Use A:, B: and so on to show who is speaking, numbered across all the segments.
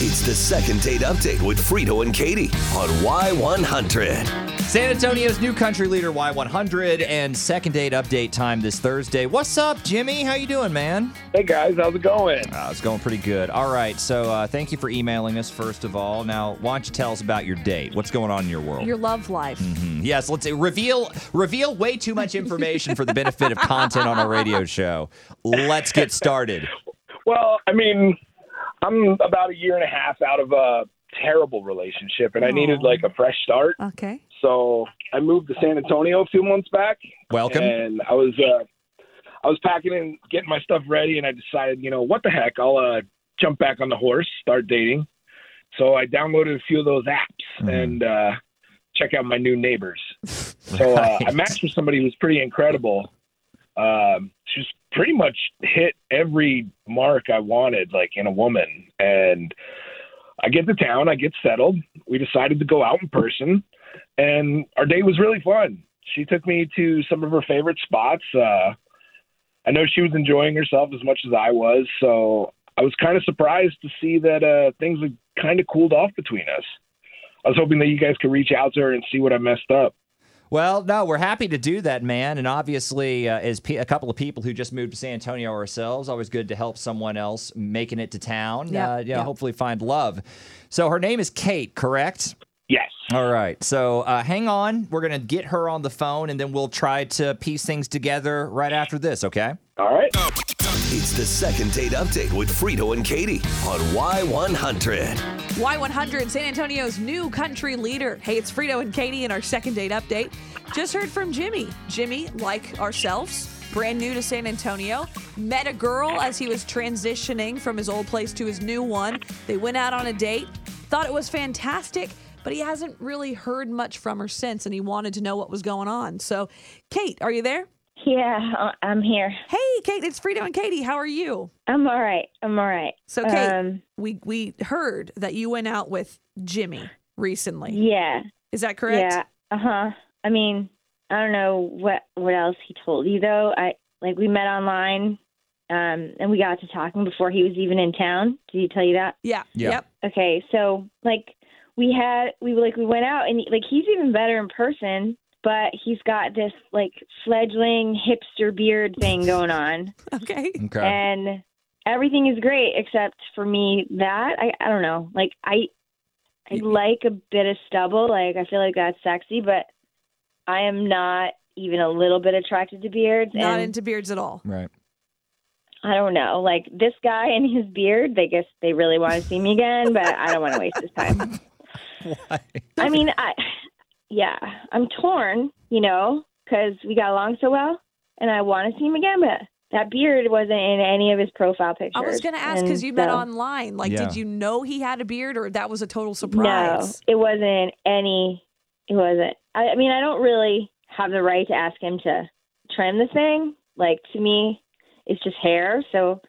A: It's the second date update with Frito and Katie on Y100.
B: San Antonio's new country leader Y100 and second date update time this Thursday. What's up, Jimmy? How you doing, man?
C: Hey guys, how's it going?
B: Uh, it's going pretty good. All right, so uh, thank you for emailing us first of all. Now, why don't you tell us about your date? What's going on in your world?
D: Your love life.
B: Mhm. Yes, let's reveal reveal way too much information for the benefit of content on our radio show. Let's get started.
C: Well, I mean, I'm about a year and a half out of a terrible relationship, and I
D: Aw.
C: needed like a fresh start.
D: Okay.
C: So I moved to San Antonio a few months back,
B: Welcome.
C: and I was uh, I was packing and getting my stuff ready, and I decided, you know, what the heck, I'll uh, jump back on the horse, start dating. So I downloaded a few of those apps
B: Mhm.
C: and uh, check out my new neighbors. So uh, I
B: Right.
C: matched with somebody who's pretty incredible. Um, she's pretty much hit every mark I wanted, like in a woman. And I get to town, I get settled. We decided to go out in person, and our day was really fun. She took me to some of her favorite spots. Uh, I know she was enjoying herself as much as I was, so I was kind of surprised to see that uh, things had kind of cooled off between us. I was hoping that you guys could reach out to her and see what I messed up.
B: Well, no, we're happy to do that, man. And obviously, uh, as pe- a couple of people who just moved to San Antonio ourselves, always good to help someone else making it to town.
D: Yeah,
B: uh, yeah,
D: yeah.
B: hopefully find love. So her name is Kate, correct?
C: Yes.
B: All right. So uh, hang on. We're gonna get her on the phone, and then we'll try to piece things together right after this. Okay.
C: All right.
A: It's the second date update with Frito and Katie on Y100.
D: Y100, San Antonio's new country leader. Hey, it's Frito and Katie in our second date update. Just heard from Jimmy. Jimmy, like ourselves, brand new to San Antonio, met a girl as he was transitioning from his old place to his new one. They went out on a date, thought it was fantastic, but he hasn't really heard much from her since, and he wanted to know what was going on. So, Kate, are you there?
E: Yeah, I- I'm here.
D: Hey, Kate, it's Frito and Katie. How are you?
E: I'm all right. I'm all right.
D: So, Kate,
E: Um,
D: we we heard that you went out with Jimmy recently.
E: yeah.
D: Is that correct?
E: Yeah. Uh huh. I mean, I don't know what what else he told you though. I like we met online, um, and we got to talking before he was even in town. Did he tell you that?
D: Yeah.
B: Yeah.
D: Yep.
E: Okay. So like we had we like we went out and like he's even better in person. But he's got this like fledgling hipster beard thing going on.
D: Okay.
B: Okay.
E: and everything is great except for me that I, I don't know like I I like a bit of stubble like I feel like that's sexy but I am not even a little bit attracted to beards
D: Not
E: and
D: into beards at all.
B: Right.
E: I don't know like this guy and his beard they guess they really want to see me again but I don't want to waste his time I mean I yeah I'm torn you know because we got along so well and I want to see him again but that beard wasn't in any of his profile pictures
D: I was going to ask because
E: And
D: you met
E: so-
D: online. Like,
B: Yeah.
D: did you know he had a beard or that was a total surprise?
E: No, it wasn't any. It wasn't. I, I mean, I don't really have the right to ask him to trim the thing. Like to me, it's just hair. So,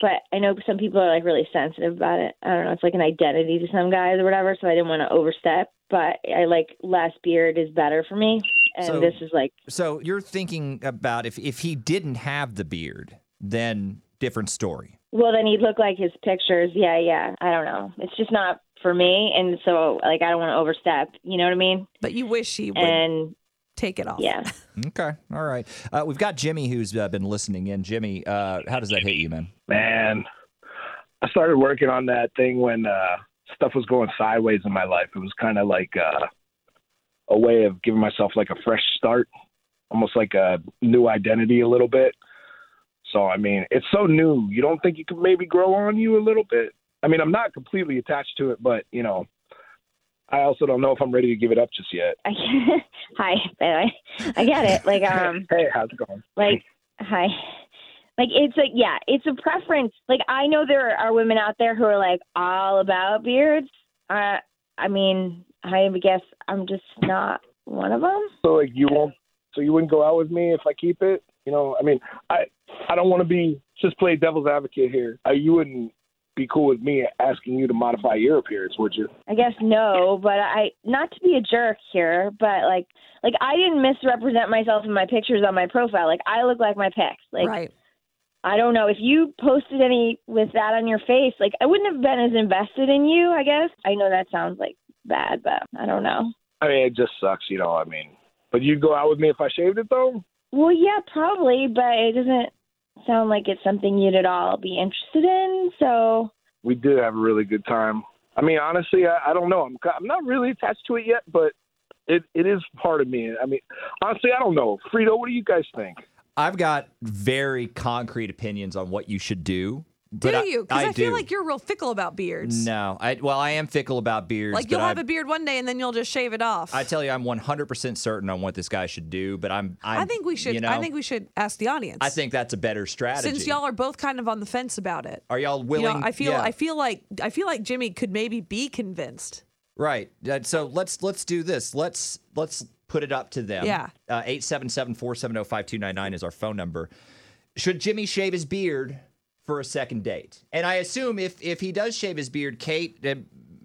E: but I know some people are like really sensitive about it. I don't know. It's like an identity to some guys or whatever. So I didn't want to overstep. But I like less beard is better for me. And
B: So-
E: this is like
B: So you're thinking about if if he didn't have the beard, then different story.
E: Well, then he'd look like his pictures. Yeah, yeah. I don't know. It's just not for me. And so, like, I don't want to overstep. You know what I mean?
D: But you wish he would
E: And
D: take it off.
E: yeah.
B: Okay. All right. Uh, we've got Jimmy who's uh, been listening in. Jimmy, uh, how does that hit you, man?
C: Man, I started working on that thing when uh, stuff was going sideways in my life. It was kind of like uh, a way of giving myself like a fresh start, almost like a new identity a little bit. So, I mean, it's so new. You don't think you could maybe grow on you a little bit? I mean, I'm not completely attached to it, but, you know, I also don't know if I'm ready to give it up just yet.
E: I hi, by the way. I get it. Like, um,
C: hey, how's it going?
E: like, hi. Like, it's like, yeah, it's a preference. Like, I know there are women out there who are like all about beards. Uh, I mean, I guess I'm just not one of them.
C: so like you won't so you wouldn't go out with me if I keep it? You know, I mean, I I don't want to be just play devil's advocate here. Uh, you wouldn't be cool with me asking you to modify your appearance, would you?
E: I guess no, but I not to be a jerk here, but like like I didn't misrepresent myself in my pictures on my profile. Like I look like my pics. Like
D: right.
E: I don't know if you posted any with that on your face. Like I wouldn't have been as invested in you. I guess I know that sounds like bad, but I don't know.
C: I mean, it just sucks, you know. I mean, but you'd go out with me if I shaved it, though.
E: Well, yeah, probably, but it doesn't sound like it's something you'd at all be interested in. So
C: We did have a really good time. I mean, honestly, I, I don't know. I'm ki- I'm not really attached to it yet, but it it is part of me. I mean, honestly, I don't know. Frito, what do you guys think?
B: I've got very concrete opinions on what you should do.
D: Do
B: But I,
D: you? Because I, feel
B: do.
D: like you're real fickle about beards.
B: No, I well, I am fickle about beards.
D: Like
B: but
D: you'll
B: I,
D: have a beard one day and then you'll just shave it off.
B: I tell you, I'm 100 percent certain on what this guy should do. But I'm. I'm
D: I think we should.
B: You know,
D: I think we should ask the audience.
B: I think that's a better strategy.
D: since y'all are both kind of on the fence about it.
B: are y'all
D: You
B: willing?
D: know, I feel.
B: yeah.
D: I feel like. I feel like Jimmy could maybe be convinced.
B: Right. Uh, So let's let's do this. Let's let's put it up to them.
D: Yeah.
B: Uh, oh, 877-470-5299 is our phone number. Should Jimmy shave his beard for a second date? And I assume if if he does shave his beard, Kate, it,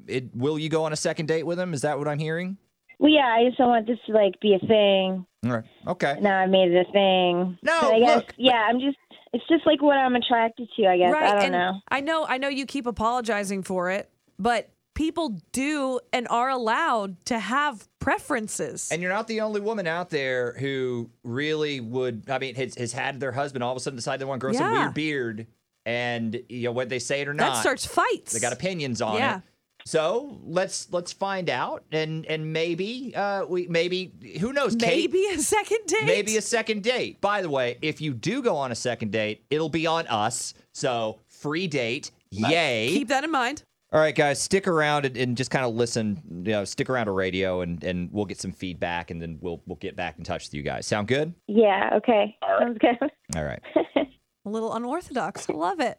B: it will you go on a second date with him? Is that what I'm hearing?
E: well, yeah, I just don't want this to like be a thing.
B: All right. Okay.
E: Now I've made it a thing.
B: No,
E: but I guess
B: look,
E: yeah, I'm just. It's just like what I'm attracted to. I guess I don't
D: and
E: know.
D: I know. I know you keep apologizing for it, but people do and are allowed to have preferences.
B: And you're not the only woman out there who really would. I mean, has, has had their husband all of a sudden decide they want to grow some
D: Yeah.
B: weird beard, and you know whether they say it or
D: that
B: not.
D: starts fights.
B: They got opinions on
D: Yeah.
B: it. So let's let's find out, and and maybe uh, we maybe who knows Kate,
D: maybe a second date.
B: maybe a second date. By the way, if you do go on a second date, it'll be on us. So free date, yay!
D: keep that in mind.
B: All right, guys, stick around and, and just kind of listen. You know, stick around to radio, and and we'll get some feedback, and then we'll we'll get back in touch with you guys. Sound good?
E: Yeah. Okay. Sounds good.
B: All right.
D: A little unorthodox. I love it.